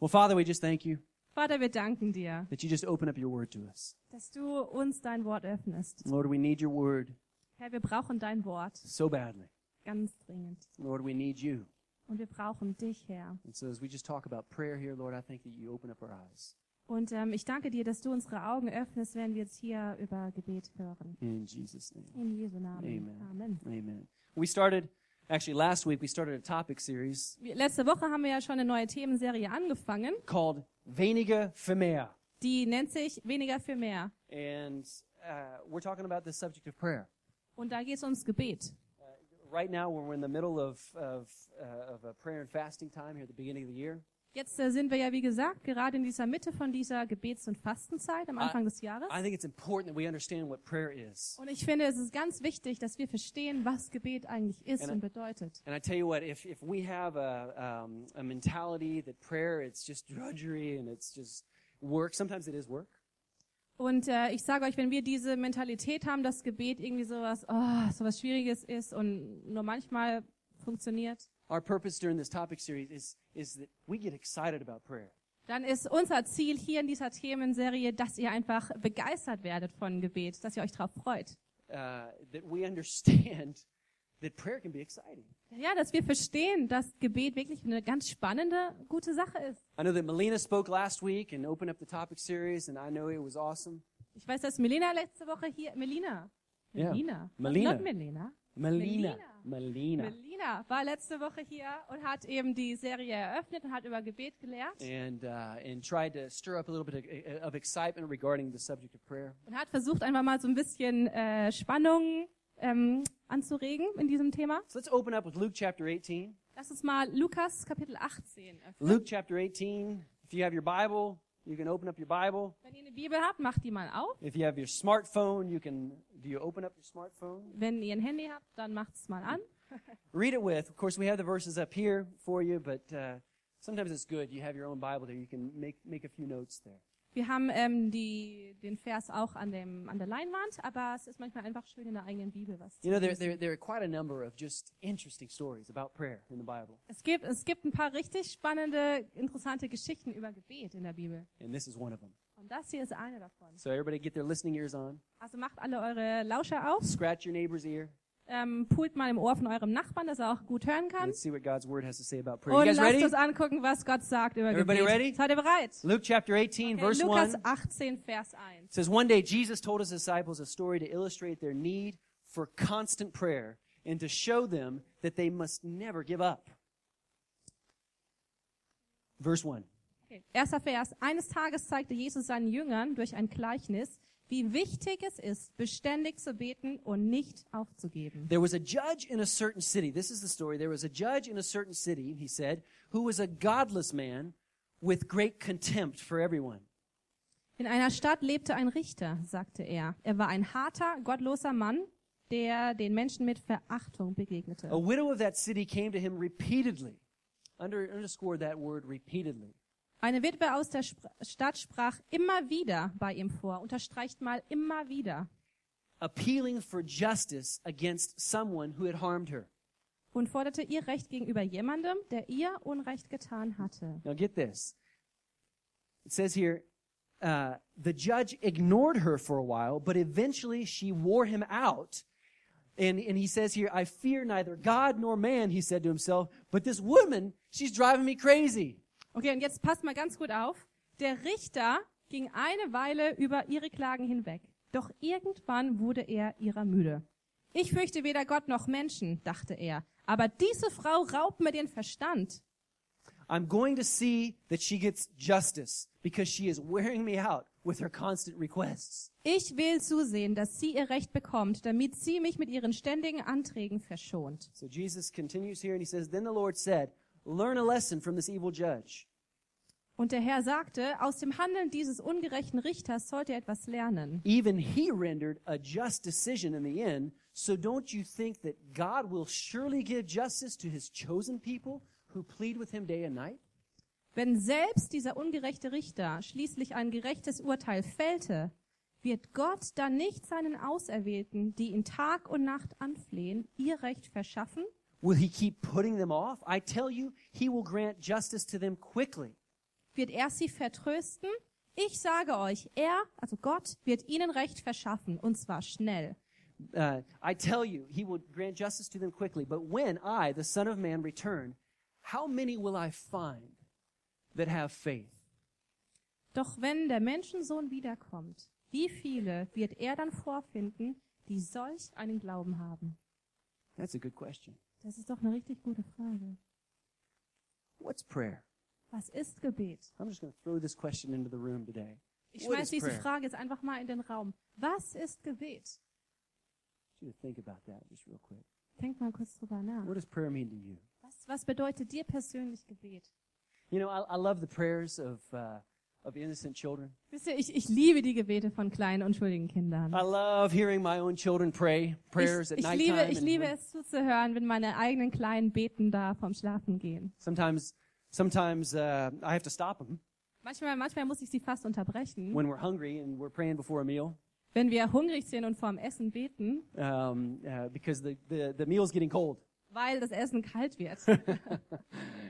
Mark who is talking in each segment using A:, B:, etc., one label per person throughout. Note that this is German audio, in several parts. A: Well, Father, we just thank you
B: Vater, wir danken dir,
A: that you just open up your word to us.
B: dass du uns dein Wort öffnest.
A: Lord, we need your word
B: Herr, wir brauchen dein Wort
A: so badly.
B: ganz dringend.
A: Lord, we need you.
B: Und wir brauchen dich, Herr.
A: And so as we just talk about prayer here, Lord, I think that you open up our eyes.
B: Und ähm, ich danke dir, dass du unsere Augen öffnest, wenn wir jetzt hier über Gebet hören.
A: In Jesus' name.
B: In Jesu Namen.
A: Amen.
B: Amen.
A: Amen. We started, actually last week, we started a topic series
B: Wir- Letzte Woche haben wir ja schon eine neue Themenserie angefangen.
A: called Weniger für mehr.
B: Die nennt sich Weniger für mehr.
A: And uh, we're talking about the subject of prayer.
B: Und da geht es ums Gebet.
A: Right now, we're in the middle of, of, uh, of a prayer and fasting time here at the beginning of the year.
B: Jetzt äh, sind wir ja, wie gesagt, gerade in dieser Mitte von dieser Gebets- und Fastenzeit am
A: Ah.
B: Anfang des Jahres.
A: I think it's important that we understand what prayer is.
B: Und ich finde, es ist ganz wichtig, dass wir verstehen, was Gebet eigentlich ist
A: Amen.
B: und bedeutet.
A: And I tell you what, if, if we have a, um, a mentality that prayer, it's just drudgery and it's just work, sometimes it is work.
B: Und äh, ich sage euch, wenn wir diese Mentalität haben, dass Gebet irgendwie sowas, oh, sowas Schwieriges ist und nur manchmal funktioniert,
A: Our purpose during this topic series is, is that we get excited about prayer.
B: dann ist unser Ziel hier in dieser Themenserie, dass ihr einfach begeistert werdet von Gebet, dass ihr euch darauf freut.
A: Uh, that we understand that prayer can be exciting.
B: Ja, dass wir verstehen, dass Gebet wirklich eine ganz spannende, gute Sache ist.
A: I know that Melina spoke last week and opened up the topic series, and I know it was awesome.
B: Ich weiß, dass Melina letzte Woche hier, Melina,
A: Ja.
B: Melina,
A: Melina.
B: Not Melina,
A: Melina.
B: Melina.
A: Melina.
B: Melina war letzte Woche hier und hat eben die Serie eröffnet und hat über Gebet gelehrt
A: And, uh, and tried to stir up a little bit of, of excitement regarding the subject of prayer.
B: und hat versucht, einfach mal so ein bisschen äh, Spannung ähm, anzuregen in diesem Thema.
A: So let's open up with Luke chapter 18.
B: Lass uns mal Lukas Kapitel 18 öffnen.
A: Luke chapter 18. If you have your Bible, you can open up your Bible.
B: Wenn ihr eine Bibel habt, macht die mal auf.
A: If you have your smartphone, you can. Do you open up your smartphone?
B: Wenn ihr ein Handy habt, dann macht's mal an.
A: Read it with. Of course, we have the verses up here for you, but uh, sometimes it's good. You have your own Bible there. You can make, make a few notes there.
B: Wir haben ähm, die, den Vers auch an, dem, an der Leinwand, aber es ist manchmal einfach schön in der eigenen Bibel was. zu
A: You know, there,
B: lesen.
A: there, there are quite a number of just interesting stories about prayer in the Bible,
B: es, gibt, es gibt ein paar richtig spannende, interessante Geschichten über Gebet in der Bibel.
A: and this is one of them.
B: Und das hier ist eine davon.
A: So, everybody get their listening ears on,
B: Also macht alle eure Lauscher auf,
A: scratch your neighbor's ear,
B: ähm, pult mal im Ohr von eurem Nachbarn, dass er auch gut hören kann.
A: and see what God's Word has to say about prayer. You
B: Und
A: guys
B: lasst
A: ready?
B: uns angucken, was Gott sagt über
A: Everybody
B: Gebet.
A: ready?
B: Seid ihr bereit?
A: Luke chapter 18,
B: Okay,
A: verse 1.
B: Lukas 18, Vers 1.
A: It says one day Jesus told his disciples a story to illustrate their need for constant prayer and to show them that they must never give up. Verse 1.
B: Okay. Erster Vers. Eines Tages zeigte Jesus seinen Jüngern durch ein Gleichnis, wie wichtig es ist, beständig zu beten und nicht aufzugeben.
A: There was a judge in a certain city. This is the story. There was a judge in a certain city, he said, who was a godless man with great contempt for everyone.
B: In einer Stadt lebte ein Richter, sagte er. Er war ein harter, gottloser Mann, der den Menschen mit Verachtung begegnete.
A: A widow of that city came to him repeatedly. Under, underscore that word repeatedly.
B: Eine Witwe aus der Spr Stadt sprach immer wieder bei ihm vor, unterstreicht mal immer wieder,
A: Appealing for justice against someone who had harmed her.
B: und forderte ihr Recht gegenüber jemandem, der ihr Unrecht getan hatte.
A: Now get this. It says here, uh, the judge ignored her for a while, but eventually she wore him out. And, and he says here, I fear neither God nor man, he said to himself, but this woman, she's driving me crazy.
B: Okay, und jetzt passt mal ganz gut auf. Der Richter ging eine Weile über ihre Klagen hinweg, doch irgendwann wurde er ihrer müde. Ich fürchte weder Gott noch Menschen, dachte er, aber diese Frau raubt mir den Verstand.
A: I'm going to see that she gets justice because she is wearing me out with her constant requests.
B: Ich will zusehen, dass sie ihr Recht bekommt, damit sie mich mit ihren ständigen Anträgen verschont.
A: So Jesus continues here and he says, Then the Lord said, Learn a lesson from this evil judge.
B: Und der Herr sagte, aus dem Handeln dieses ungerechten Richters sollt ihr etwas lernen.
A: Even he rendered a just decision in the end. So don't you think that God will surely give justice to his chosen people who plead with him day and night?
B: Wenn selbst dieser ungerechte Richter schließlich ein gerechtes Urteil fällte, wird Gott dann nicht seinen Auserwählten, die ihn Tag und Nacht anflehen, ihr Recht verschaffen?
A: Will he keep putting them off? I tell you, he will grant justice to them quickly.
B: wird er sie vertrösten. Ich sage euch, er, also Gott, wird ihnen Recht verschaffen, und zwar schnell.
A: Uh, I tell you, he will grant justice to them quickly. But when I, the Son of Man, return, how many will I find that have faith?
B: Doch wenn der Menschensohn wiederkommt, wie viele wird er dann vorfinden, die solch einen Glauben haben?
A: That's a good question.
B: Das ist doch eine richtig gute Frage.
A: What's prayer?
B: Was ist Gebet?
A: I'm just going to throw this question into the room today.
B: Ich
A: What
B: schmeiß
A: is
B: diese
A: prayer?
B: Frage jetzt einfach mal in den Raum. Was ist Gebet?
A: I want you to think about that just real quick.
B: Denk mal kurz drüber nach.
A: What does prayer mean to you?
B: Was, was bedeutet dir persönlich Gebet?
A: You know, I, I love the prayers of uh, of innocent children.
B: Wisst ihr, ich, ich liebe die Gebete von kleinen, unschuldigen Kindern.
A: I love hearing my own children pray prayers
B: Ich,
A: at
B: ich,
A: nighttime.
B: liebe, ich
A: and
B: liebe
A: when-
B: es zuzuhören, wenn meine eigenen Kleinen beten da vom Schlafen gehen.
A: Sometimes, sometimes uh, I have to stop them
B: Manchmal, manchmal muss ich sie fast unterbrechen.
A: when we're hungry and we're praying before a meal
B: Wenn wir hungrig sind und vorm Essen beten,
A: um, uh, because the, the the meal's getting cold,
B: weil das Essen kalt wird.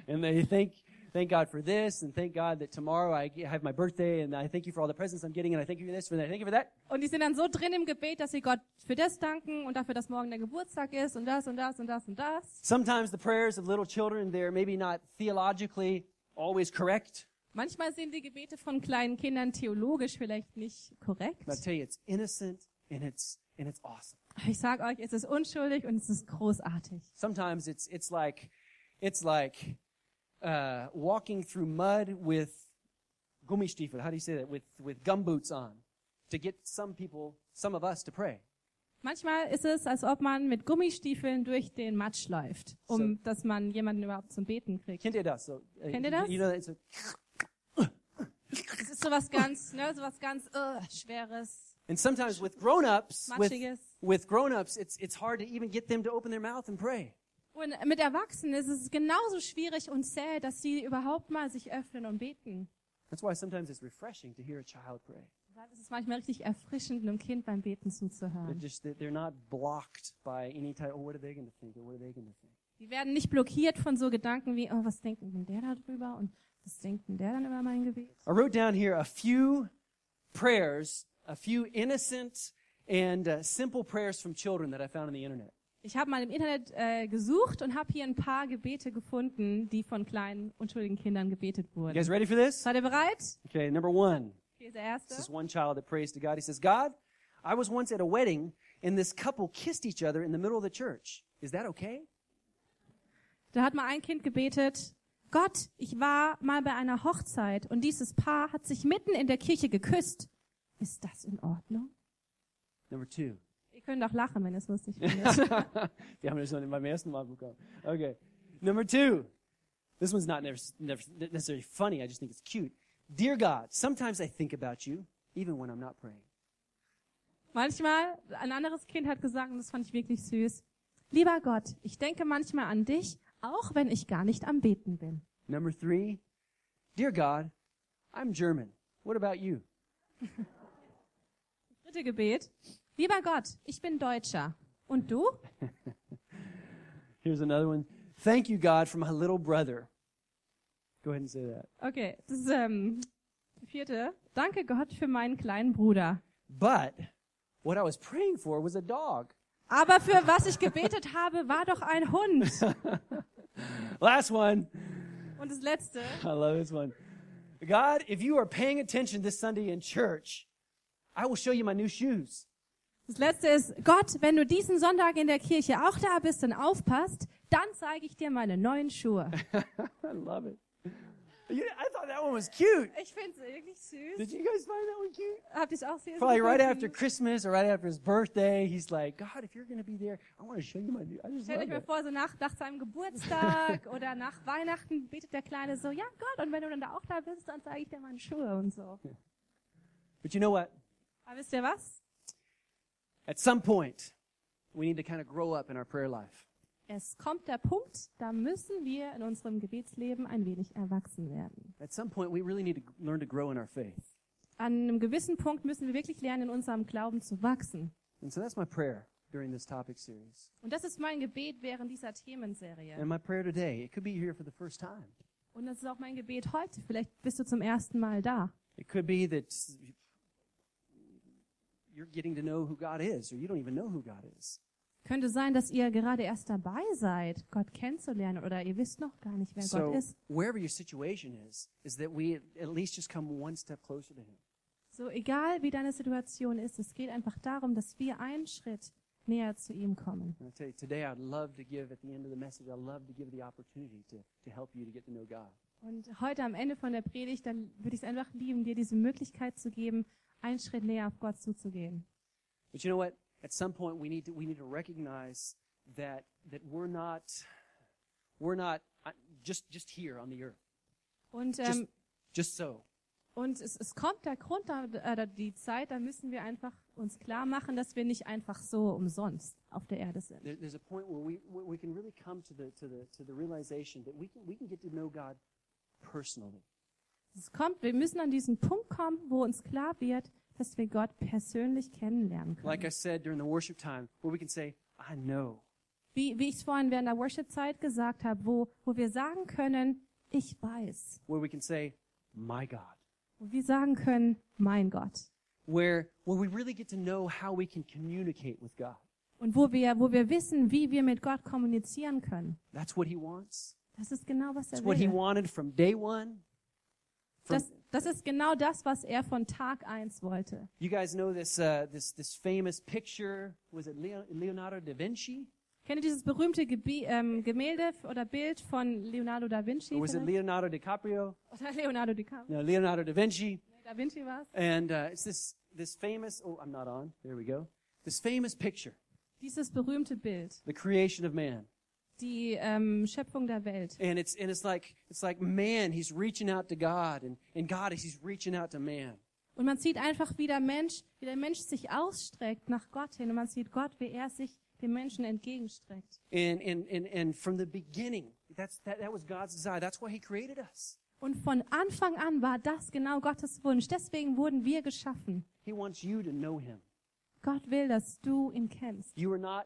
A: and they thank thank God for this and thank God that tomorrow I get- have my birthday and I thank you for all the presents I'm getting and I thank you for this for that I thank you for that.
B: Und die sind dann so drin im Gebet, dass sie Gott für das danken und dafür, dass morgen der Geburtstag ist und das und das und das und das.
A: Sometimes the prayers of little children they're maybe not theologically always correct.
B: Manchmal sind die Gebete von kleinen Kindern theologisch vielleicht nicht korrekt.
A: And I tell you, it's innocent and it's and it's awesome.
B: Aber ich sag euch, es ist unschuldig und es ist großartig.
A: Sometimes it's it's like it's like uh, walking through mud with gummistiefel. How do you say that? With with gumboots on to get some people, some of us, to pray.
B: Manchmal ist es, als ob man mit Gummistiefeln durch den Matsch läuft, um
A: So.
B: dass man jemanden überhaupt zum Beten kriegt.
A: Kennt ihr das? So, äh,
B: Kennt ihr das?
A: You know, it's a,
B: Es ist sowas ganz, ne, sowas ganz äh, schweres,
A: and sometimes with grown-ups, with,
B: matschiges.
A: with grown-ups, it's it's hard to even get them to open their mouth and pray.
B: Und mit Erwachsenen ist es genauso schwierig und zäh, dass sie überhaupt mal sich öffnen und beten.
A: That's why sometimes it's refreshing to hear a child pray.
B: Deshalb ist es manchmal richtig erfrischend, einem Kind beim Beten
A: They're
B: zuzuhören.
A: just they're not blocked by any type. Oh, what are they going to think? Or what are they going to think?
B: Die werden nicht blockiert von so Gedanken wie, oh, was denkt denn der da drüber und was denkt denn der dann über mein Gebet?
A: I wrote down here a few prayers, a few innocent and uh, simple prayers from children that I found on the internet.
B: Ich habe mal im Internet äh, gesucht und habe hier ein paar Gebete gefunden, die von kleinen, unschuldigen Kindern gebetet
A: You
B: wurden.
A: guys ready for this?
B: Seid ihr bereit?
A: Okay, number one.
B: Hier ist der
A: This is
B: erste.
A: one child that prays to God. He says, God, I was once at a wedding and this couple kissed each other in the middle of the church. Is that okay?
B: Da hat mal ein Kind gebetet, Gott, ich war mal bei einer Hochzeit und dieses Paar hat sich mitten in der Kirche geküsst. Ist das in Ordnung?
A: Number two.
B: Ihr könnt auch lachen, wenn ihr es lustig findet.
A: Die haben das schon in meinem ersten Mal bekommen. Okay. Number two. This one's not never, never necessarily funny. I just think it's cute. Dear God, sometimes I think about you, even when I'm not praying.
B: manchmal, ein anderes Kind hat gesagt, und das fand ich wirklich süß, lieber Gott, ich denke manchmal an dich, auch wenn ich gar nicht am Beten bin.
A: Number three, dear God, I'm German. What about you?
B: Dritte Gebet. Lieber Gott, ich bin Deutscher. Und du?
A: Here's another one. Thank you, God, for my little brother. Go ahead and say that.
B: Okay, das ist ähm, die vierte. Danke Gott für meinen kleinen Bruder.
A: But what I was praying for was a dog.
B: Aber für was ich gebetet habe, war doch ein Hund.
A: Last one.
B: Und das letzte.
A: I love this one. God, if you are paying attention this Sunday in church, I will show you my new shoes.
B: Das letzte ist, Gott, wenn du diesen Sonntag in der Kirche auch da bist und aufpasst, dann zeige ich dir meine neuen Schuhe.
A: I love it. You- I thought that one was cute.
B: Ich finde es wirklich süß.
A: Did you guys find that one cute?
B: Habt ihr es auch süß?
A: Probably right after Christmas or right after his birthday, he's like, God, if you're going to be there, I want to show you my new. I just
B: Stellt
A: love
B: euch mal
A: it.
B: vor, so nach, nach seinem Geburtstag oder nach Weihnachten betet der Kleine so, ja Gott, und wenn du dann da auch da bist, dann zeige ich dir meine Schuhe und so.
A: But you know what?
B: Aber wisst ihr was?
A: At some point, we need to kind of grow up in our prayer life.
B: Es kommt der Punkt, da müssen wir in unserem Gebetsleben ein wenig erwachsen werden.
A: At some point, we really need to g- learn to grow in our faith.
B: An einem gewissen Punkt müssen wir wirklich lernen, in unserem Glauben zu wachsen.
A: And so that's my prayer during this topic series.
B: Und das ist mein Gebet während dieser Themenserie.
A: And my prayer today, it could be here for the first time.
B: Und das ist auch mein Gebet heute. Vielleicht bist du zum ersten Mal da.
A: It could be that you're getting to know who God is, or you don't even know who God is.
B: Könnte sein, dass ihr gerade erst dabei seid, Gott kennenzulernen oder ihr wisst noch gar nicht, wer Gott
A: So,
B: ist.
A: wherever your situation is, is that we at least just come one step closer to Him.
B: So egal wie deine Situation ist, es geht einfach darum, dass wir einen Schritt näher zu ihm kommen.
A: And I tell you, today I'd love to give, at the end of the message, I'd love to give the opportunity to, to help you to get to know God.
B: Und heute am Ende von der Predigt, dann würde ich es einfach lieben, dir diese Möglichkeit zu geben, einen Schritt näher auf Gott zuzugehen.
A: But you know what? At some point, we need to, we need to recognize that, that we're not, we're not uh, just, just here on the earth,
B: Und,
A: Just-
B: ähm,
A: just so.
B: und es, es kommt der Grund, da, äh, da- die Zeit, da müssen wir einfach uns klar machen, dass wir nicht einfach so umsonst auf der Erde sind.
A: There, there's a point where we, where we can really come to the, to the, to the realization that we can, we can get to know God personally.
B: Es kommt, wir müssen an diesen Punkt kommen, wo uns klar wird, dass wir Gott persönlich kennenlernen können.
A: Like I said during the worship time, where we can say, I know.
B: wie, wie ich es vorhin während der Worship-Zeit gesagt habe, wo, wo wir sagen können, ich weiß.
A: Where we can say, my God.
B: Wo wir sagen können, mein Gott.
A: Where, where we really get to know how we can communicate with God.
B: Und wo wir, wo wir wissen, wie wir mit Gott kommunizieren können.
A: That's what he wants.
B: Das ist genau, was
A: That's
B: er
A: what he
B: will.
A: wanted from day one. From,
B: Das, das ist genau das, was er von Tag eins wollte.
A: you guys know this, uh, this, this famous picture. Was it Leo, Leonardo da Vinci?
B: Kennt ihr dieses berühmte Gebi ähm, Gemälde f- oder Bild von Leonardo da Vinci?
A: Or was Oh, it
B: vielleicht?
A: Leonardo DiCaprio?
B: oder Leonardo DiCaprio?
A: No, Leonardo da Vinci.
B: Da Vinci war es.
A: And uh, it's this, this famous, oh, I'm not on. There we go. This famous picture,
B: Dieses berühmte Bild.
A: the creation of man.
B: Die ähm, Schöpfung der Welt.
A: And it's, and it's like, it's like man, he's reaching out to God and, and God is, he's reaching out to man.
B: Und man sieht einfach, wie der Mensch, wie der Mensch sich ausstreckt nach Gott hin. Und man sieht Gott, wie er sich dem Menschen entgegenstreckt.
A: And, and, and, and from the beginning, that's, that, that was God's desire. That's why he created us.
B: Und von Anfang an war das genau Gottes Wunsch. Deswegen wurden wir geschaffen.
A: He wants you to know him.
B: Gott will, dass du ihn kennst.
A: You are not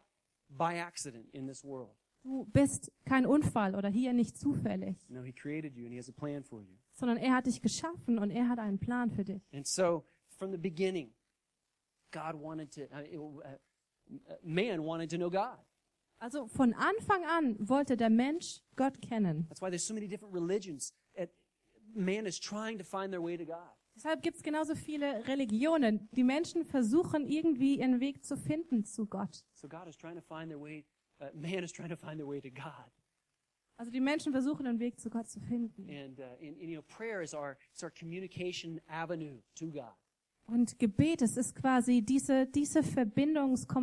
A: by accident in this world.
B: Du bist kein Unfall oder hier nicht zufällig,
A: No, he created you and he has a plan for you.
B: sondern er hat dich geschaffen und er hat einen Plan für dich.
A: And so, from the beginning, God wanted to, uh, it- uh, uh, man wanted to know God.
B: Also von Anfang an wollte der Mensch Gott kennen.
A: That's why there's so many different religions. At, man is trying to find their way to God.
B: Deshalb gibt es genauso viele Religionen. Die Menschen versuchen irgendwie ihren Weg zu finden zu Gott.
A: So God is trying to find their way. Uh, man is trying to find their way to God.
B: Also die Menschen versuchen, den Weg zu Gott zu finden.
A: And, uh, and, and you know, prayer is our it's our communication avenue to God.
B: Und Gebet, es ist quasi diese, diese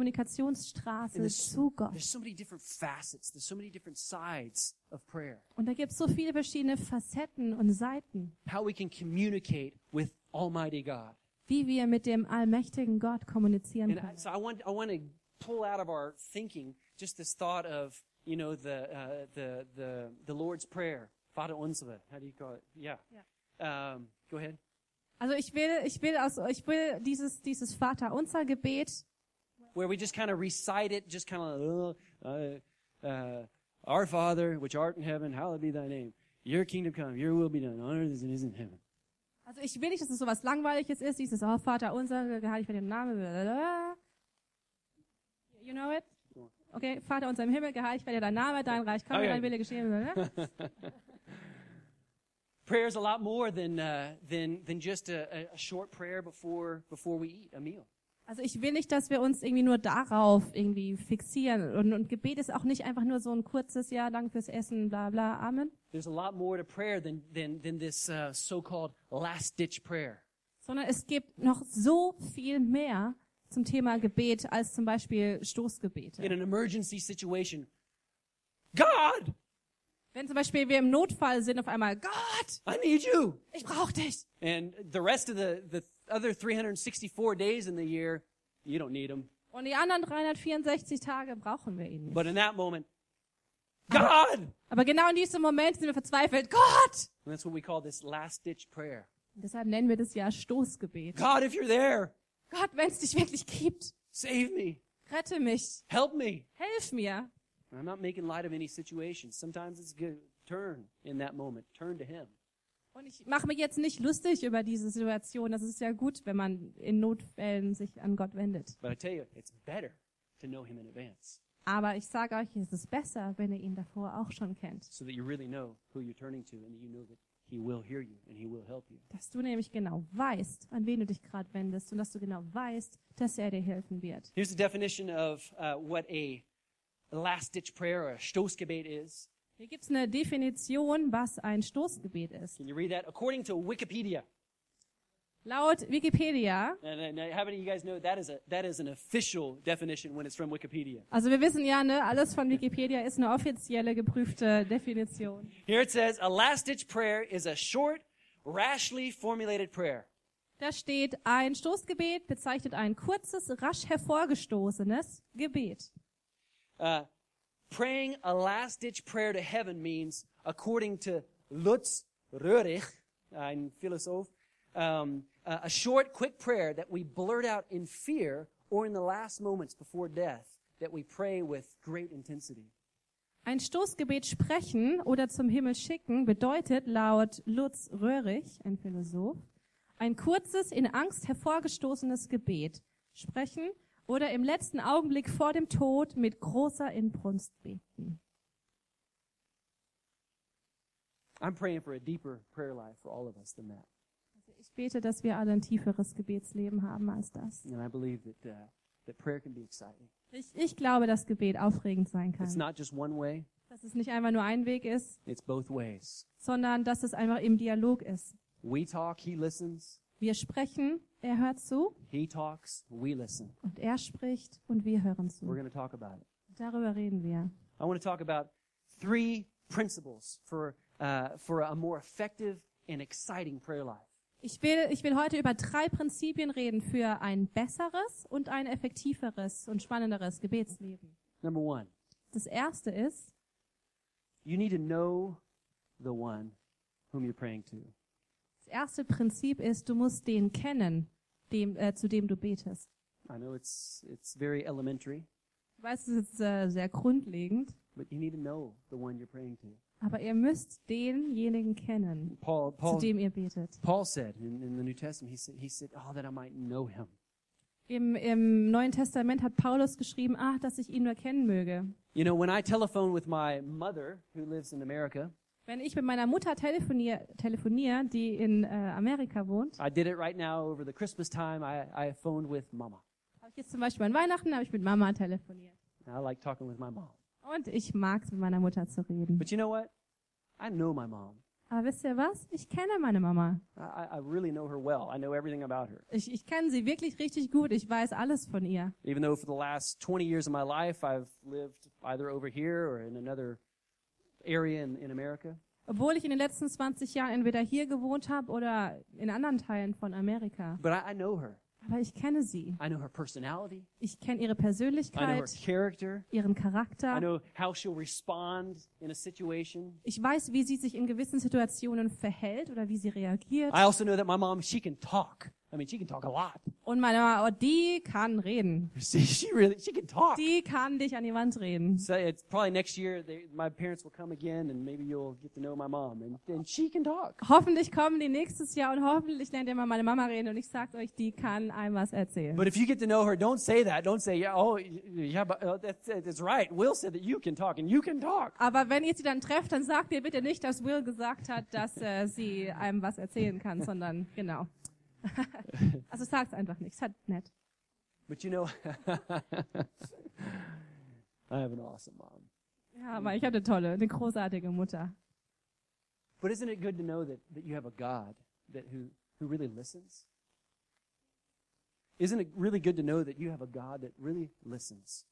B: Verbindungskommunikationsstraße
A: there's,
B: zu Gott.
A: there's so many different facets. There's so many different sides of prayer.
B: Und da gibt es so viele verschiedene Facetten und Seiten,
A: How we can communicate with Almighty God.
B: wie wir mit dem allmächtigen Gott kommunizieren
A: And I,
B: können.
A: so I want I want to pull out of our thinking just this thought of you know the uh, the the the Lord's prayer, Vater unser. How do you call it? Yeah. Um, go ahead.
B: Also ich will, ich will aus, ich will dieses, dieses Vater unser Gebet,
A: Where we just kind of recite it, just kind of uh, uh, our Father which art in heaven, hallowed be thy name. Your kingdom come, your will be done on earth as it is in heaven.
B: also ich will nicht, dass es sowas Langweiliges ist, dieses, oh Vater unser, geheiligt werde dein Name, blablabla. You know it? Okay, Vater unser im Himmel, halt geheiligt werde dein Name, dein Reich komme,
A: Okay.
B: dein Wille geschehen, blablabla.
A: Prayer is a lot more than uh, than than just a, a- a short prayer before before we eat a meal.
B: Also ich will nicht, dass wir uns irgendwie nur darauf irgendwie fixieren. Und, und Gebet ist auch nicht einfach nur so ein kurzes Ja, danke fürs Essen, bla bla, Amen.
A: There's a lot more to prayer than than than this uh, so-called last-ditch prayer.
B: Sondern es gibt noch so viel mehr zum Thema Gebet als zum Beispiel
A: in
B: Stoßgebete.
A: an emergency situation. God,
B: Wenn zum Beispiel wir im Notfall sind, auf einmal, Gott,
A: I need you.
B: ich brauche dich.
A: And the rest of the, the other 364 days in the year, you don't need them.
B: Und die anderen 364 Tage brauchen wir ihn nicht.
A: But in that moment, God! And
B: Aber genau in diesem Moment sind wir verzweifelt, Gott.
A: that's what we call this last ditch prayer.
B: Und deshalb nennen wir das ja Stoßgebet.
A: God, if you're there,
B: Gott, wenn es dich wirklich gibt,
A: save me.
B: rette mich,
A: Help me.
B: hilf mir.
A: And I'm not making light of any situation. Sometimes it's good. Turn in that moment. Turn to Him.
B: Und ich mache mich jetzt nicht lustig über diese Situation. Das ist ja gut, wenn man in Notfällen sich an Gott wendet.
A: But I tell you, it's better to know Him in advance
B: Aber ich sage euch, es ist besser, wenn ihr ihn davor auch schon kennt.
A: so that you really know who you're turning to and you know that He will hear you and He will help you.
B: Dass du nämlich genau weißt, an wen du dich gerade wendest und dass du genau weißt, dass er dir helfen wird.
A: Here's the definition of uh, what a last ditch prayer or a Stoßgebet is.
B: Hier gibt's eine Definition, was ein Stoßgebet ist.
A: Can you read that? According to Wikipedia,
B: Laut Wikipedia,
A: and, and uh, how many of you guys know that is a that is an official definition when it's from Wikipedia?
B: also wir wissen ja, ne, alles von Wikipedia ist eine offizielle geprüfte Definition.
A: Here it says, a last ditch prayer is a short, rashly formulated prayer.
B: Da steht, ein Stoßgebet bezeichnet ein kurzes, rasch hervorgestoßenes Gebet.
A: Uh, praying a last ditch prayer to heaven means, according to Lutz Röhrig, ein Philosoph, um, uh, a short, quick prayer that we blurt out in fear or in the last moments before death that we pray with great intensity.
B: Ein Stoßgebet sprechen oder zum Himmel schicken bedeutet laut Lutz Röhrig, ein Philosoph, ein kurzes, in Angst hervorgestoßenes Gebet sprechen oder im letzten Augenblick vor dem Tod mit großer Inbrunst beten.
A: I'm praying for a deeper prayer life for all of us than that.
B: Ich bete, dass wir alle ein tieferes Gebetsleben haben als das.
A: And I believe that, uh, that prayer can be exciting.
B: Ich, ich glaube, dass Gebet aufregend sein
A: It's
B: kann.
A: not just one way,
B: Dass es nicht einfach nur ein Weg ist,
A: it's both ways.
B: sondern dass es einfach im Dialog ist.
A: We talk, he listens.
B: Wir sprechen, er hört zu
A: He talks, we listen.
B: und er spricht und wir hören
A: We're
B: zu.
A: going to talk about it.
B: Darüber reden wir.
A: I want to talk about three principles for, uh, for a more effective and exciting prayer life.
B: Ich will, ich will heute über drei Prinzipien reden für ein besseres und ein effektiveres und spannenderes Gebetsleben.
A: Number one,
B: Das erste ist,
A: you need to know the one whom you're praying to.
B: das erste Prinzip ist, du musst den kennen, dem, äh, zu dem du betest.
A: I know it's, it's very elementary,
B: Ich weiß, es ist äh, sehr grundlegend,
A: but you need to know the one you're praying to.
B: aber ihr müsst denjenigen kennen,
A: Paul,
B: zu
A: Paul,
B: dem ihr betet.
A: Paul said in, in the New Testament, he said, he said, Oh, that I might know him.
B: Im, Im Neuen Testament hat Paulus geschrieben, ach, dass ich ihn nur kennen möge.
A: You know, when I telephone with my mother, who lives in America,
B: Wenn ich mit meiner Mutter telefoniere, telefonier, die in äh, Amerika wohnt,
A: I did it right now over the Christmas time. I, I phoned with Mama.
B: Habe ich jetzt zum Beispiel an Weihnachten, habe ich mit Mama telefoniert.
A: And I like talking with my mom.
B: Und ich mag es, mit meiner Mutter zu reden.
A: But you know what? I know my mom.
B: Aber wisst ihr was? Ich kenne meine Mama.
A: I- I, I really know her well. I know everything about her.
B: Ich, ich kenne sie wirklich richtig gut. Ich weiß alles von ihr.
A: Even though for the last 20 years of my life, I've lived either over here or in another area in, in America.
B: Obwohl ich in den letzten 20 Jahren entweder hier gewohnt habe oder in anderen Teilen von Amerika.
A: But I, I know her.
B: Aber ich kenne sie.
A: I know her personality.
B: Ich kenne ihre
A: I know her
B: Persönlichkeit,
A: character.
B: ihren
A: I
B: Charakter.
A: know how she'll respond in a situation.
B: Ich weiß, wie sie sich in gewissen Situationen verhält oder wie sie reagiert.
A: I also know that my mom, she can talk. I mean, she can talk a lot.
B: Und meine Mama, oh, die kann reden.
A: She, she really, she can talk.
B: Die kann dich an die Wand reden.
A: So it's probably next year. They, my parents will come again, and maybe you'll get to know my mom, and, and she can talk.
B: Hoffentlich kommen die nächstes Jahr und hoffentlich lernt ihr mal meine Mama reden und ich sag euch, die kann einem was erzählen.
A: But if you get to know her, don't say that. Don't say, yeah, oh, y- yeah, but uh, that's, that's right. Will said that you can talk, and you can talk.
B: Aber wenn ihr sie dann trefft, dann sagt ihr bitte nicht, dass Will gesagt hat, dass äh, sie einem was erzählen kann, sondern genau. also sagt's einfach nicht, ist halt nett.
A: But you know, I have an awesome mom.
B: Ja, aber ich hatte eine tolle, eine großartige Mutter.
A: But isn't it good to know that, that you have a God that who, who really listens? Isn't it really good to know that you have a God that really listens?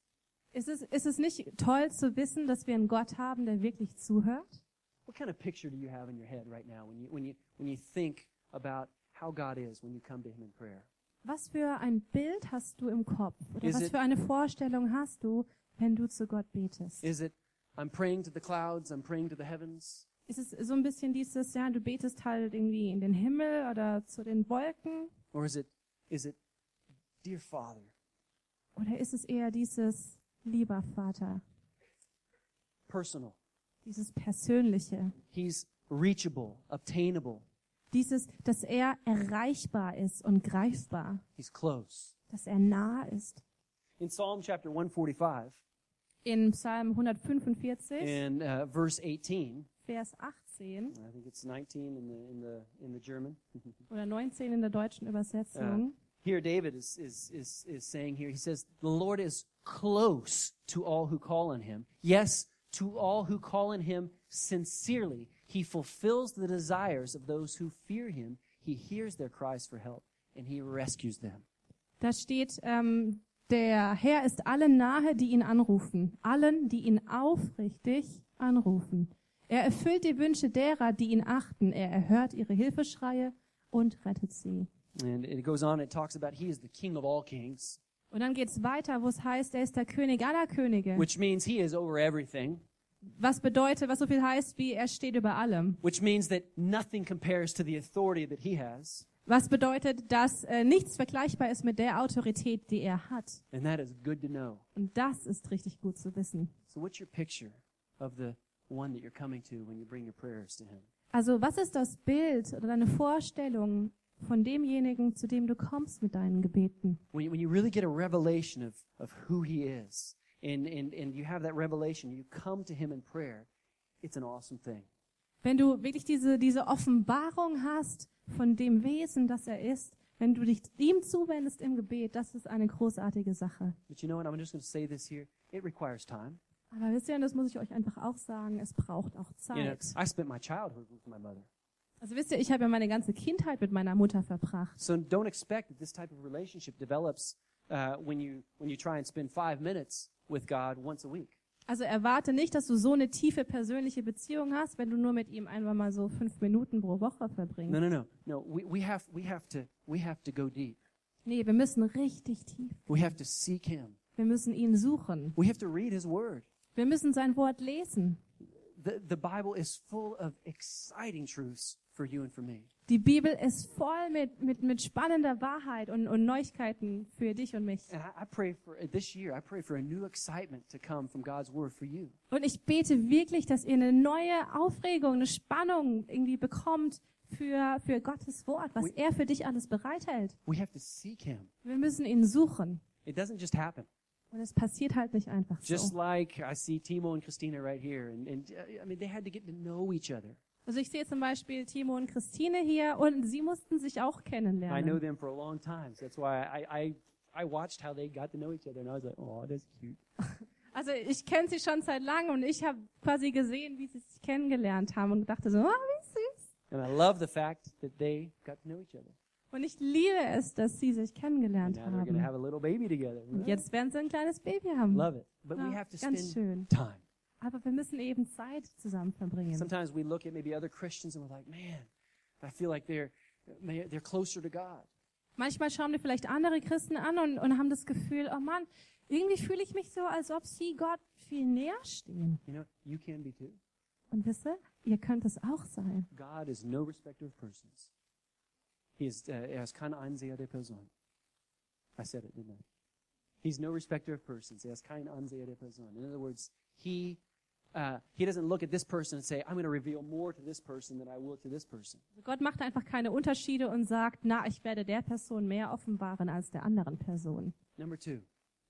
B: Ist es, ist es nicht toll zu wissen, dass wir einen Gott haben, der wirklich zuhört?
A: What kind of picture do you have in your head right now when you, when you, when you think about how God is when you come to Him in prayer?
B: Was für ein Bild hast du im Kopf? Oder
A: Is
B: was
A: it-
B: für eine Vorstellung hast du, wenn du zu Gott betest?
A: Is it, I'm praying to the clouds, I'm praying to the heavens?
B: Ist es so ein bisschen dieses, ja, du betest halt irgendwie in den Himmel oder zu den Wolken?
A: Or is it, is it, dear Father,
B: Oder ist es eher dieses, lieber Vater,
A: personal?
B: Dieses Persönliche.
A: He's reachable, obtainable.
B: Dieses, dass er erreichbar ist und greifbar.
A: He's close.
B: Dass er nah ist.
A: In Psalm chapter 145,
B: In Psalm 145,
A: in uh, verse 18,
B: Vers 18
A: I think it's 19 in the in the in the German.
B: oder 19 in der deutschen Übersetzung,
A: Here, David is, is, is, is saying here, he says, The Lord is close to all who call on him. Yes, to all who call on him sincerely. He fulfills the desires of those who fear him. He hears their cries for help and he rescues them.
B: da steht, ähm, der Herr ist allen nahe, die ihn anrufen, allen, die ihn aufrichtig anrufen. Er erfüllt die Wünsche derer, die ihn achten. Er erhört ihre Hilfeschreie und rettet sie.
A: And it goes on, it talks about he is the king of all kings,
B: Und dann geht's weiter, wo es heißt, er ist der König aller Könige.
A: which means he is over everything,
B: Was bedeutet, was so viel heißt, wie er steht über allem.
A: which means that nothing compares to the authority that he has,
B: Was bedeutet, dass äh, nichts vergleichbar ist mit der Autorität, die er hat.
A: and that is good to know.
B: Und das ist richtig gut zu wissen.
A: So, what's your picture of the one that you're coming to when you bring your prayers to him?
B: Also, was ist das Bild oder deine Vorstellung von demjenigen, zu dem du kommst mit deinen Gebeten?
A: when you, when you really get a revelation of, of who he is and, and, and you have that revelation you come to him in prayer it's an awesome thing
B: Wenn du wirklich diese, diese Offenbarung hast von dem Wesen, das er ist, wenn du dich ihm zuwendest im Gebet, das ist eine großartige Sache.
A: but you know what i'm just going to say this here it requires time
B: Aber wisst ihr, und das muss ich euch einfach auch sagen, es braucht auch
A: you know,
B: Zeit.
A: i spent my childhood with my mother
B: Also wisst ihr, ich habe ja meine ganze Kindheit mit meiner Mutter verbracht.
A: so don't expect that this type of relationship develops uh, when you when you try and spend five minutes with god once a week
B: Also erwarte nicht, dass du so eine tiefe persönliche Beziehung hast, wenn du nur mit ihm einmal mal so fünf Minuten pro Woche verbringst.
A: no no no no we, we have we have to we have to go deep
B: Nee, wir müssen richtig tief.
A: we have to seek him
B: Wir müssen ihn suchen.
A: we have to read his word
B: Wir müssen sein Wort lesen.
A: the, the bible is full of exciting truths for you and for me
B: Die Bibel ist voll mit, mit, mit spannender Wahrheit und, und Neuigkeiten für dich und mich.
A: And I, I pray for uh, this year, I pray for a new excitement to come from God's word for you.
B: Und ich bete wirklich, dass ihr eine neue Aufregung, eine Spannung irgendwie bekommt für, für Gottes Wort, was er für dich alles bereithält.
A: We have to seek him.
B: Wir müssen ihn suchen.
A: It doesn't just happen.
B: Und es passiert halt nicht einfach
A: Just
B: so.
A: like I see Timo and Christina right here. And, and uh, I mean, they had to get to know each other.
B: Also ich sehe zum Beispiel Timo und Christine hier und sie mussten sich auch
A: I know
B: kennenlernen.
A: them for a long time. So that's why I, I, I watched how they got to know each other. And I was like, oh, that's cute.
B: Also ich kenne sie schon seit langem und ich habe quasi gesehen, wie sie sich kennengelernt haben und dachte so, ah, wie süß.
A: And I love the fact that they got to know each other.
B: Und ich liebe es, dass sie sich
A: And
B: kennengelernt
A: now they're going to
B: haben.
A: have a little baby together. Mm-hmm.
B: Und jetzt werden sie ein kleines Baby haben.
A: Love it. But we
B: Ja,
A: have to
B: ganz
A: spend
B: schön.
A: time.
B: Aber wir müssen eben Zeit zusammen verbringen.
A: Sometimes we look at maybe other Christians and we're like, man, I feel like they're, they're closer to God.
B: Manchmal schauen wir vielleicht andere Christen an und, und haben das Gefühl, oh Mann, irgendwie fühle ich mich so, als ob sie Gott viel näher stehen.
A: You know, you can be too.
B: Und wisst ihr, ihr könnt es auch sein.
A: God is no respecter of persons. He is, uh, er ist kein Anseher der Person. I said it, didn't I? He's no respecter of persons. Er ist kein Anseher der Person. In other words, he, uh, he doesn't look at this person and say, I'm going to reveal more to this person than I will to this person.
B: Also Gott macht einfach keine Unterschiede und sagt, na, ich werde der Person mehr offenbaren als der anderen Person.
A: Number two.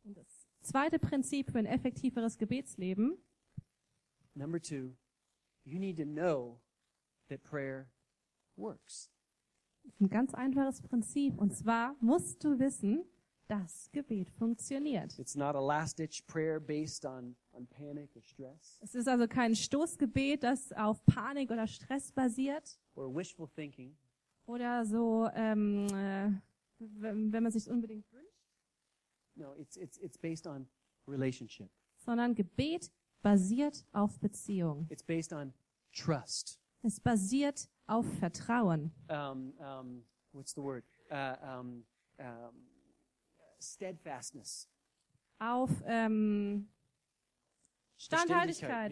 B: Und das zweite Prinzip für ein effektiveres Gebetsleben,
A: Number two, you need to know that prayer works.
B: ist ein ganz einfaches Prinzip. Und zwar musst du wissen, dass Gebet funktioniert.
A: It's not a last-ditch prayer based on, on panic or stress
B: Es ist also kein Stoßgebet, das auf Panik oder Stress basiert
A: or wishful thinking.
B: oder so, ähm, äh, wenn wenn man sich unbedingt wünscht,
A: No, it's, it's, it's based on relationship.
B: sondern Gebet basiert auf Beziehung.
A: It's based on trust.
B: Es basiert auf Vertrauen.
A: Um, um, what's the word? Uh, um, um, steadfastness.
B: auf ähm, Standhaltigkeit,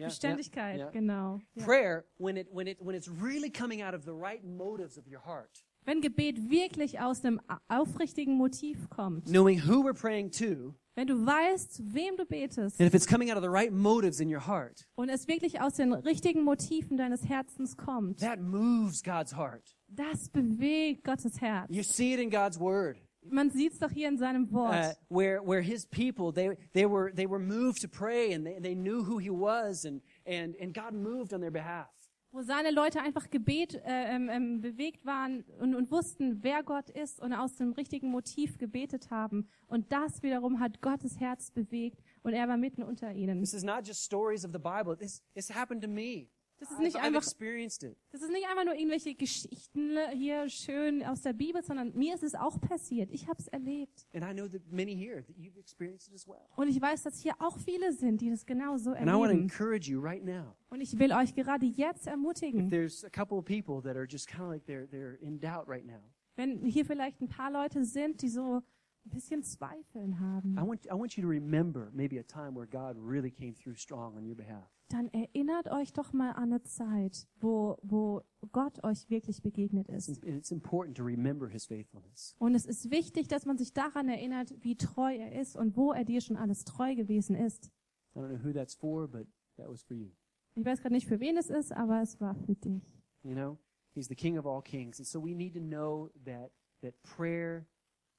A: Beständigkeit, ja,
B: Beständigkeit,
A: ja, ja.
B: genau. Ja.
A: Prayer, when it when it when it's really coming out of the right motives of your heart,
B: Wenn Gebet wirklich aus einem a- aufrichtigen Motiv kommt,
A: knowing who we're praying to,
B: wenn du weißt, zu wem du betest
A: and if it's coming out of the right motives in your heart,
B: und es wirklich aus den richtigen Motiven deines Herzens kommt,
A: that moves God's heart.
B: das bewegt Gottes Herz.
A: You see it in God's word.
B: Man sieht es doch hier in seinem
A: uh,
B: Wort.
A: where where his people they they were they were moved to pray and they, they knew who he was and and and God moved on their behalf.
B: wo seine Leute einfach Gebet äh, ähm, ähm, bewegt waren und, und wussten, wer Gott ist und aus dem richtigen Motiv gebetet haben. Und das wiederum hat Gottes Herz bewegt und er war mitten unter ihnen.
A: This is not just stories of the Bible. This this happened to me.
B: Das ist
A: I've,
B: nicht
A: I've
B: einfach,
A: experienced it.
B: das ist nicht einfach nur irgendwelche Geschichten hier schön aus der Bibel, sondern mir ist es auch passiert. Ich habe es erlebt.
A: And I know that many here that you've experienced it as well.
B: Und ich weiß, dass hier auch viele sind, die das genauso
A: And I want to
B: erleben.
A: encourage you right now.
B: Und ich will euch gerade jetzt
A: If
B: ermutigen,
A: there's a couple of people that are just kind of like they're they're in doubt right now,
B: wenn hier vielleicht ein paar Leute sind, die so ein bisschen Zweifeln haben.
A: I want I want you to remember maybe a time where God really came through strong on your behalf.
B: dann erinnert euch doch mal an eine Zeit, wo, wo Gott euch wirklich begegnet ist.
A: And it's important to remember His faithfulness.
B: Und es ist wichtig, dass man sich daran erinnert, wie treu er ist und wo er dir schon alles treu gewesen ist.
A: I don't know who that's for, but that was for you.
B: Ich weiß gerade nicht, für wen es ist, aber es war für dich.
A: You know, he's the king of all kings. And so we need to know that that prayer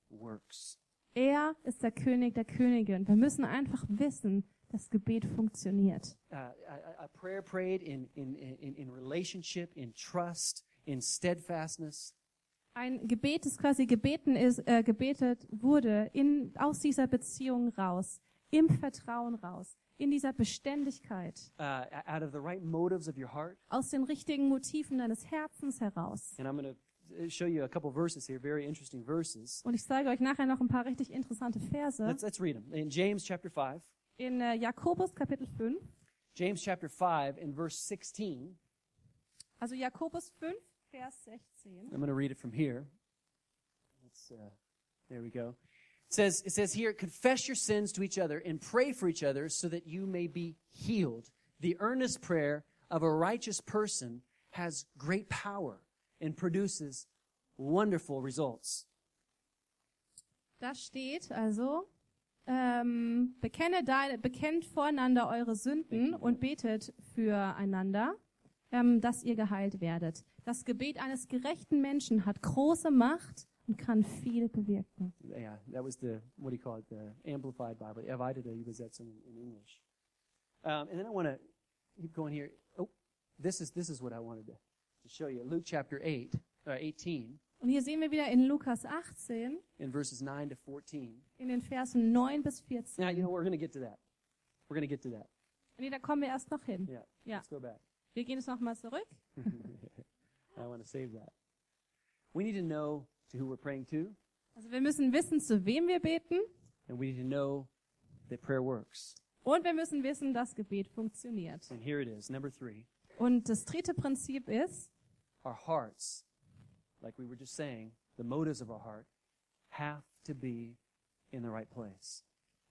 A: works.
B: Er ist der König der Könige und wir müssen einfach wissen, dass Gebet funktioniert.
A: Uh, a, a- a prayer prayed in, in, in, in relationship, in trust, in steadfastness.
B: Ein Gebet, das quasi gebeten ist, äh, gebetet wurde, in, aus dieser Beziehung raus, im Vertrauen raus, in dieser Beständigkeit.
A: Uh, out of the right motives of your heart.
B: aus den richtigen Motiven deines Herzens heraus.
A: And I'm going to show you a couple verses here, very interesting verses.
B: Und ich zeige euch nachher noch ein paar richtig interessante Verse
A: Let's, let's read them. In James chapter 5,
B: in äh, Jakobus Kapitel 5.
A: James chapter 5 and verse 16,
B: Also Jakobus 5, Vers 16.
A: I'm going to read it from here. It's, uh, there we go. It says, it says here, confess your sins to each other and pray for each other so that you may be healed. The earnest prayer of a righteous person has great power and produces wonderful results.
B: Da steht also, ähm, bekenne deine, bekennt voreinander eure Sünden und betet füreinander, ähm, dass ihr geheilt werdet. Das Gebet eines gerechten Menschen hat große Macht und kann viel bewirken.
A: Yeah, that was the, what do you call it, the Amplified Bible. If I did it, was that's in, in English. Um, and then I want to keep going here. Oh, this is, this is what I wanted to, to show you. Luke chapter 8, uh, 18.
B: Und hier sehen wir wieder in Lukas 18,
A: in verses 9 to 14.
B: in den Versen 9 bis 14.
A: Now, you know, we're going to get to that. We're going to get to that.
B: Nee, da kommen wir erst noch hin.
A: Yeah.
B: Ja.
A: Let's go back.
B: Wir gehen jetzt nochmal zurück.
A: I want to save that. We need to know to who we're praying to,
B: Also wir müssen wissen, zu wem wir beten
A: and we need to know that prayer works.
B: und wir müssen wissen, dass Gebet funktioniert.
A: And here it is, number three.
B: Und das dritte Prinzip ist,
A: Our hearts, like we were just saying, the motives of our heart have to be in the right place.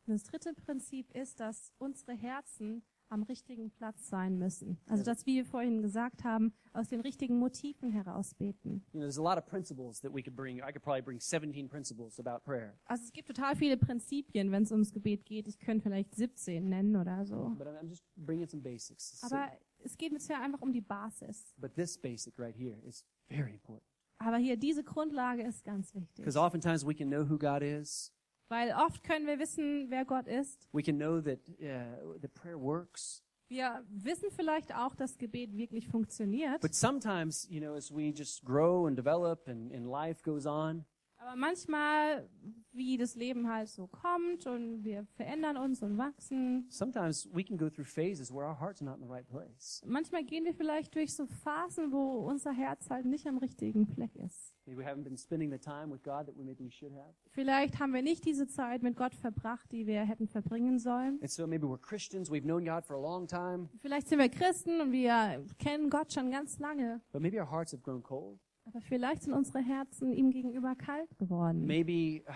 B: das dritte Prinzip ist, dass unsere Herzen am richtigen Platz sein müssen. Also dass, wie wir vorhin gesagt haben, aus den richtigen Motiven heraus beten.
A: You know, there's a lot of principles that we could bring. I could probably bring 17 principles about prayer,
B: Also es gibt total viele Prinzipien, wenn es ums Gebet geht. Ich könnte vielleicht 17 nennen oder so.
A: but I'm I'm just bringing some basics. So-
B: Aber es geht bisher einfach um die Basis.
A: but this basic right here is very important.
B: Aber hier, diese Grundlage ist ganz wichtig.
A: Because oftentimes we can know who God is.
B: Weil oft können wir wissen, wer Gott ist.
A: We can know that uh, the prayer works.
B: Wir wissen vielleicht auch, dass Gebet wirklich funktioniert.
A: But sometimes, you know, as we just grow and develop and, and life goes on,
B: Aber manchmal, wie das Leben halt so kommt und wir verändern uns und wachsen.
A: sometimes we can go through phases where our heart's not in the right place.
B: Manchmal gehen wir vielleicht durch so Phasen, wo unser Herz halt nicht am richtigen Fleck ist.
A: Maybe we haven't been spending the time with God that we maybe we should have.
B: Vielleicht haben wir nicht diese Zeit mit Gott verbracht, die wir hätten verbringen sollen.
A: And so maybe we're Christians, we've known God for a long time,
B: Vielleicht sind wir Christen und wir kennen Gott schon ganz lange.
A: but maybe our hearts have grown cold.
B: Aber vielleicht sind unsere Herzen ihm gegenüber kalt geworden.
A: Maybe uh,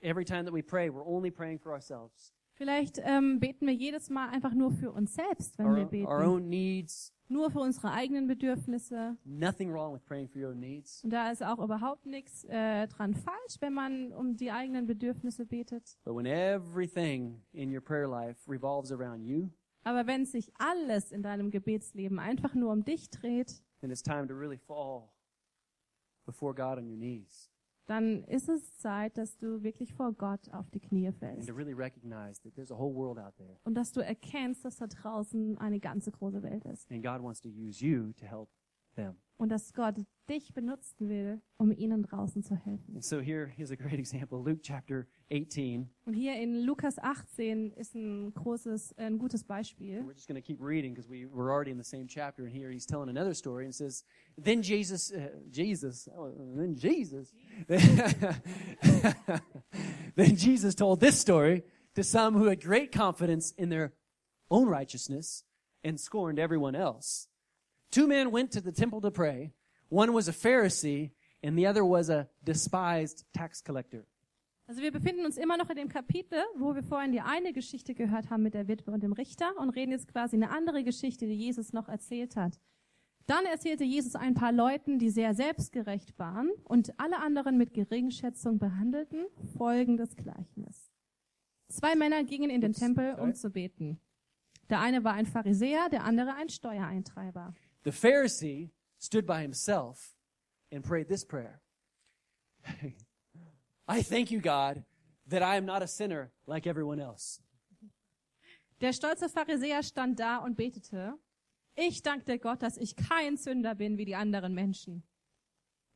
A: every time that we pray, we're only praying for ourselves.
B: Vielleicht ähm, beten wir jedes Mal einfach nur für uns selbst, wenn wir
A: our, our
B: beten.
A: own needs.
B: Nur für unsere eigenen Bedürfnisse.
A: Nothing wrong with praying for your own needs,
B: Und da ist auch überhaupt nichts äh, dran falsch, wenn man um die eigenen Bedürfnisse betet.
A: but when everything in your prayer life revolves around you,
B: Aber wenn sich alles in deinem Gebetsleben einfach nur um dich dreht,
A: then it's time to really fall before God on your knees
B: dann ist es Zeit, dass du wirklich vor Gott auf die Knie
A: and
B: fällst.
A: to really recognize that there's a whole world out there
B: Und dass du erkennst, dass da draußen eine ganze große Welt ist.
A: and God wants to use you to help them.
B: Und dass Gott dich benutzen will, um ihnen draußen zu helfen.
A: And so here is a great example Luke chapter 18.
B: Und hier in Lukas 18 ist ein großes, äh, ein gutes Beispiel.
A: We're just going to keep reading because we were already in the same chapter, and here he's telling another story and says, "Then Jesus, uh, Jesus, oh, then Jesus, then Jesus told this story to some who had great confidence in their own righteousness and scorned everyone else. Two men went to the temple to pray. One was a Pharisee, and the other was a despised tax collector."
B: Also wir befinden uns immer noch in dem Kapitel, wo wir vorhin die eine Geschichte gehört haben mit der Witwe und dem Richter und reden jetzt quasi eine andere Geschichte, die Jesus noch erzählt hat. Dann erzählte Jesus ein paar Leuten, die sehr selbstgerecht waren und alle anderen mit Geringschätzung behandelten, folgendes Gleichnis. Zwei Männer gingen in den
A: Ups,
B: Tempel,
A: sorry.
B: um zu beten. Der eine war ein Pharisäer, der andere ein Steuereintreiber.
A: The Pharisee stood by himself and prayed this prayer I thank you, God, that I am not a sinner like everyone else.
B: Der stolze Pharisäer stand da und betete, ich danke Gott, dass ich kein Sünder bin wie die anderen Menschen.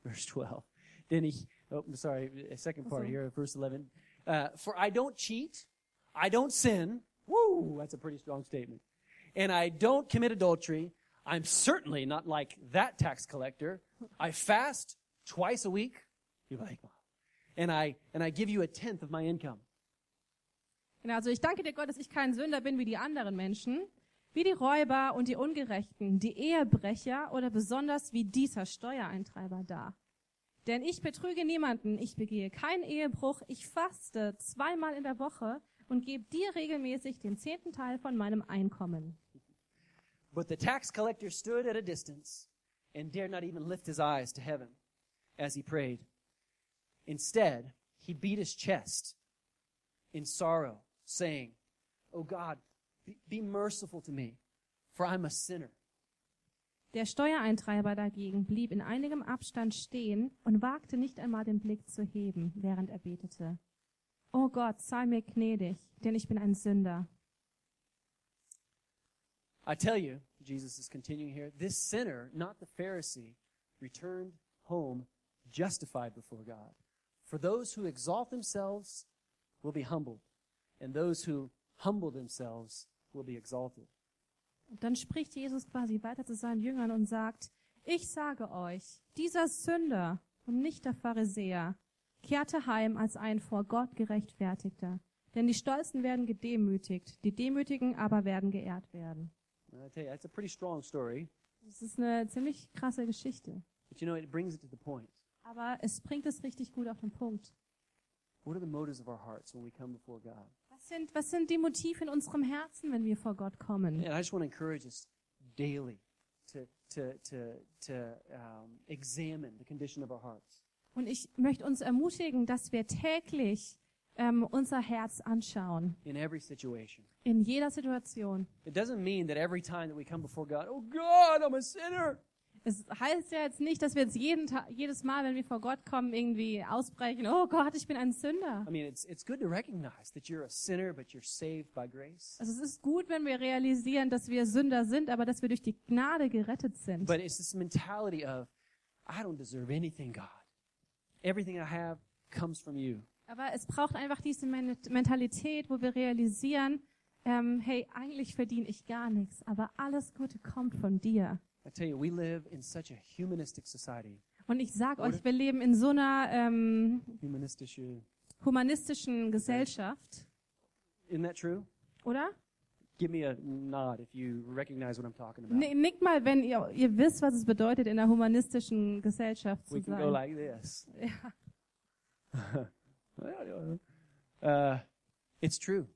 A: Verse 12. Then he, oh, I'm sorry, a second part
B: Mhm.
A: here, verse 11. Uh, For I don't cheat, I don't sin. Woo, that's a pretty strong statement. And I don't commit adultery. I'm certainly not like that tax collector. I fast twice a week. You're like, "Wow." and I and I give you a tenth of my income.
B: Genau, also ich danke dir Gott, dass ich kein Sünder bin wie die anderen Menschen, wie die Räuber und die Ungerechten, die Ehebrecher oder besonders wie dieser Steuereintreiber da. Denn ich betrüge niemanden, ich begehe keinen Ehebruch, ich faste zweimal in der Woche und gebe dir regelmäßig den zehnten Teil von meinem Einkommen.
A: But the tax collector stood at a distance and dared not even lift his eyes to heaven as he prayed. Instead, he beat his chest in sorrow, saying, Oh God, be, be merciful to me, for I'm a sinner.
B: Der Steuereintreiber dagegen blieb in einigem Abstand stehen und wagte nicht einmal den Blick zu heben, während er betete. O Gott, sei mir gnädig, denn ich bin ein Sünder.
A: I tell you, Jesus is continuing here, this sinner, not the Pharisee, returned home justified before God. For those who exalt themselves will be humbled, and those who humble themselves will be exalted.
B: Und dann spricht Jesus quasi weiter zu seinen Jüngern und sagt, ich sage euch, dieser Sünder und nicht der Pharisäer kehrte heim als ein vor Gott gerechtfertigter. Denn die Stolzen werden gedemütigt, die Demütigen aber werden geehrt werden.
A: And I tell you, that's a pretty strong story,
B: Das ist eine ziemlich krasse Geschichte.
A: but you know, it brings it to the point.
B: Aber es bringt es richtig gut auf den Punkt.
A: What are the motives of our hearts when we come before God?
B: Was sind, was sind die Motive in unserem Herzen, wenn wir vor Gott kommen?
A: And I just want to encourage us daily to, to, to, to um, examine the condition of our hearts.
B: Und ich möchte uns ermutigen, dass wir täglich ähm, unser Herz anschauen.
A: In every situation.
B: In jeder Situation.
A: It doesn't mean that every time that we come before God, oh God, I'm a sinner.
B: Es heißt ja jetzt nicht, dass wir jetzt jeden Ta jedes Mal, wenn wir vor Gott kommen, irgendwie ausbrechen, oh Gott, ich bin ein Sünder.
A: I mean, it's, it's good to recognize that you're a sinner, but you're saved by grace.
B: Also es ist gut, wenn wir realisieren, dass wir Sünder sind, aber dass wir durch die Gnade gerettet sind.
A: But it's this mentality of, I don't deserve anything, God. Everything I have comes from you.
B: Aber es braucht einfach diese Men Mentalität, wo wir realisieren, ähm, hey, eigentlich verdiene ich gar nichts, aber alles Gute kommt von dir.
A: I tell you, we live in such a humanistic society.
B: Und ich sag
A: Oder-
B: euch, wir leben in so einer ähm,
A: Humanistische.
B: humanistischen Gesellschaft,
A: Isn't that true?
B: oder?
A: Give me a nod if you recognize what I'm talking about.
B: Nee, nickt mal, wenn ihr, ihr wisst, was es bedeutet, in einer humanistischen Gesellschaft zu
A: we can
B: sein.
A: go like this. uh, it's true.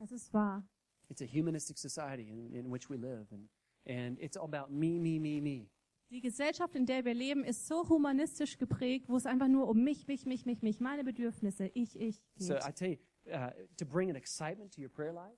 B: Es ist wahr.
A: It's a humanistic society in, in which we live, and, and it's all about me, me, me, me.
B: Die Gesellschaft, in der wir leben, ist so humanistisch geprägt, wo es einfach nur um mich, mich, mich, mich, mich, meine Bedürfnisse, ich, ich geht.
A: So I tell you, uh, to bring an excitement to your prayer life,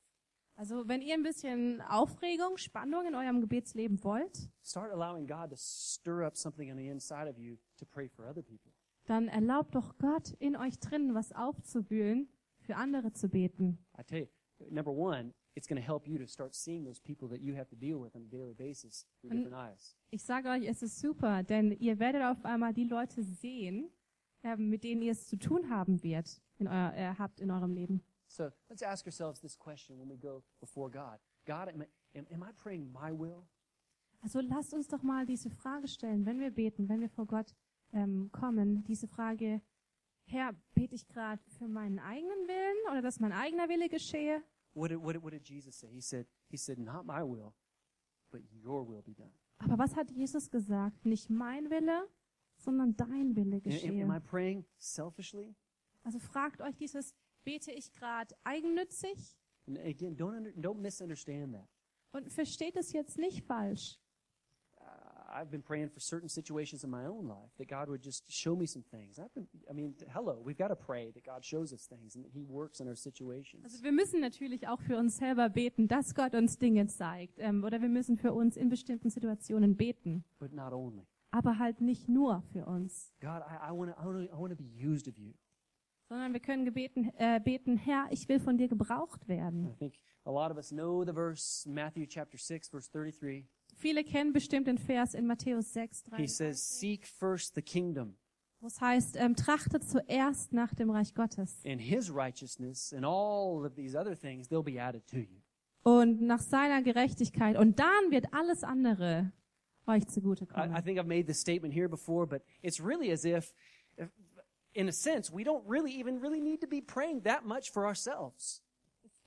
B: Also wenn ihr ein bisschen Aufregung, Spannung in eurem Gebetsleben wollt,
A: start allowing God to stir up something on the inside of you to pray for other people.
B: dann erlaubt doch Gott in euch drinnen was aufzuwühlen, für andere zu beten.
A: I tell you, number one, it's going to help you to start seeing those people that you have to deal with on a daily basis through
B: Und-
A: different eyes.
B: Ich sage euch, es ist super, denn ihr werdet auf einmal die Leute sehen, ähm, mit denen ihr es zu tun haben wird, in euer, äh, habt in eurem Leben.
A: So let's ask ourselves this question when we go before God God, am I, am, am I praying my will?
B: Also lasst uns doch mal diese Frage stellen, wenn wir beten, wenn wir vor Gott ähm, kommen, diese Frage, Herr, bete ich gerade für meinen eigenen Willen oder dass mein eigener Wille geschehe?
A: What did, what, did, what did Jesus say? He said, he said, not my will, but your will be done.
B: Aber was hat Jesus gesagt? Nicht mein Wille, sondern dein Wille
A: Am- Am, am I
B: geschehe.
A: praying selfishly?
B: Also fragt euch dieses, bete ich gerade eigennützig?
A: And again, don't, under, don't misunderstand that.
B: Und versteht es jetzt nicht falsch.
A: Uh, I've been praying for certain situations in my own life that God would just show me some things. I've been, I mean, hello, we've got to pray that God shows us things and that He works in our situations.
B: Also wir müssen natürlich auch für uns selber beten, dass Gott uns Dinge zeigt. Ähm, oder wir müssen für uns in bestimmten Situationen beten.
A: but not only.
B: Aber halt nicht nur für uns.
A: God, I, I want to I wanna, I wanna be used of you.
B: Sondern wir können gebeten, äh, beten, Herr, ich will von dir gebraucht
A: I
B: werden.
A: think a lot of us know the verse, Matthew chapter 6, verse 33.
B: Viele kennen bestimmt den Vers in Matthäus 6,
A: He
B: 3,
A: says, Seek first the kingdom
B: wo es heißt, ähm, trachtet zuerst nach dem Reich Gottes
A: and his righteousness, and all of these other things, they'll be added to you.
B: und nach seiner Gerechtigkeit. Und dann wird alles andere euch zugutekommen.
A: I, I think I've made this statement here before, but it's really as if, if- in a sense, we don't really even really need to be praying that much for ourselves.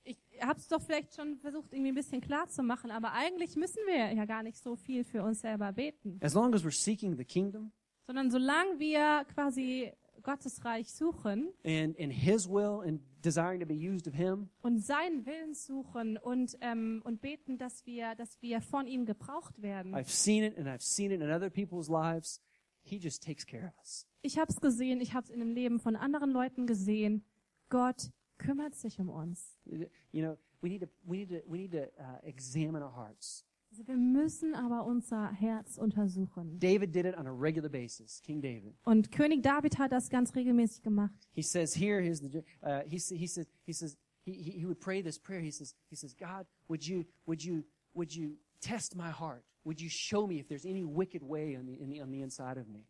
B: ich habe es doch vielleicht schon versucht, irgendwie ein bisschen klar zu machen, aber eigentlich müssen wir ja gar nicht so viel für uns selber beten,
A: As long as we're seeking the kingdom
B: sondern solange wir quasi Gottes Reich suchen
A: and, and his will and desiring to be used of him,
B: und seinen Willen suchen und, ähm, und beten, dass wir, dass wir von ihm gebraucht werden.
A: I've seen it and I've seen it in other people's lives. He just takes care of us.
B: Ich habe es gesehen, ich habe es in dem Leben von anderen Leuten gesehen. Gott kümmert sich um uns.
A: You know, we need to we need to we need to uh, examine our hearts.
B: Also wir müssen aber unser Herz untersuchen.
A: David did it on a regular basis. King David.
B: Und König David hat das ganz regelmäßig gemacht.
A: He says here, here's the uh, he sa- he says he says he, he he would pray this prayer. He says he says God, would you would you would you test my heart? Would you show me if there's any wicked way on the, in the on the inside of me?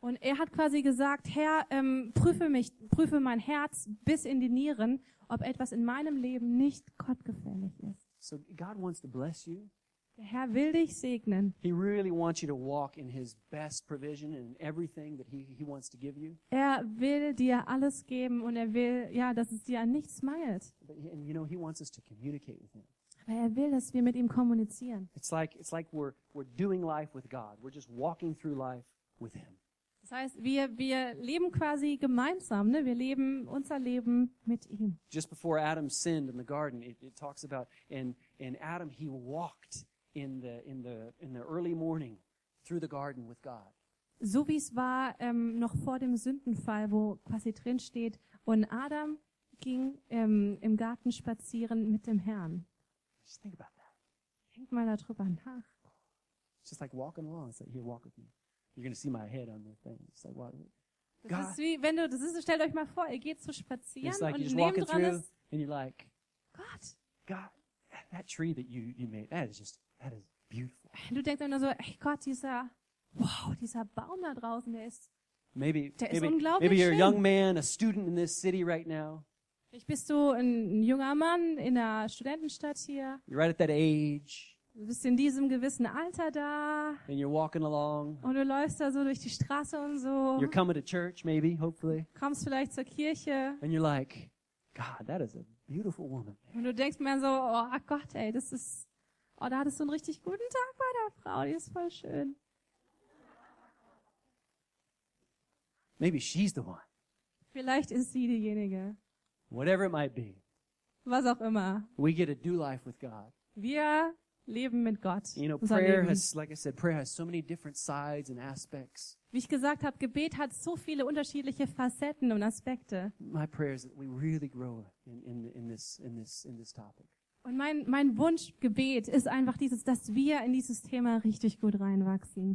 B: Und er hat quasi gesagt, Herr, ähm, prüfe mich, prüfe mein Herz bis in die Nieren, ob etwas in meinem Leben nicht gottgefällig ist.
A: So God wants to bless you.
B: Der Herr will dich segnen.
A: He really wants you to walk in His best provision and everything that He He wants to give you.
B: Er will dir alles geben und er will, ja, dass es dir an nichts mangelt.
A: But, and you know He wants us to communicate with Him.
B: Aber er will, dass wir mit ihm kommunizieren.
A: It's like it's like we're we're doing life with God. We're just walking through life with Him.
B: Das heißt, wir, wir leben quasi gemeinsam, ne? Wir leben unser Leben mit ihm.
A: Just before Adam sinned in the garden, it, it talks about and and Adam he walked in the in the in the early morning through the garden with God.
B: So wie es war ähm, noch vor dem Sündenfall, wo quasi drin steht, und Adam ging ähm, im Garten spazieren mit dem Herrn.
A: Just think about that.
B: Denk mal darüber nach.
A: It's just like walking along. It's like here, walk with me. You're gonna see my head on the thing. It's like walk with me.
B: Das
A: God.
B: ist wie, wenn du, das ist, stellt euch mal vor, ihr geht so spazieren
A: It's like
B: und
A: you're just walking
B: neben dran
A: through
B: ist
A: and you're like,
B: Gott.
A: God, that tree that you you made, that is just that is beautiful.
B: Du denkst immer so, ey Gott, dieser, wow, dieser Baum da draußen, der ist,
A: Maybe
B: Der ist
A: maybe,
B: unglaublich
A: maybe you're a
B: schön.
A: young man, a student in this city right now.
B: ich bist du ein, ein junger Mann in einer Studentenstadt hier,
A: You're right at that age.
B: du bist in diesem gewissen Alter da
A: and you're walking along.
B: und du läufst da so durch die Straße und so,
A: You're coming to church, maybe, hopefully,
B: kommst vielleicht zur Kirche
A: and you're like, God, that is a beautiful woman.
B: und du denkst mir so, oh ach Gott, ey, das ist, oh, da hattest du einen richtig guten Tag bei der Frau, die ist voll schön.
A: Maybe she's the one.
B: Vielleicht ist sie diejenige.
A: Whatever it might be,
B: was auch immer.
A: We get to do life with God.
B: Wir leben mit Gott.
A: You know,
B: unser
A: prayer
B: Leben.
A: has, like I said, prayer has so many different sides and aspects.
B: Wie ich gesagt habe, Gebet hat so viele unterschiedliche Facetten und Aspekte.
A: My prayer is that we really grow in, in, in this in this in this topic.
B: Und mein, mein Wunschgebet ist einfach dieses, dass wir in dieses Thema richtig gut reinwachsen.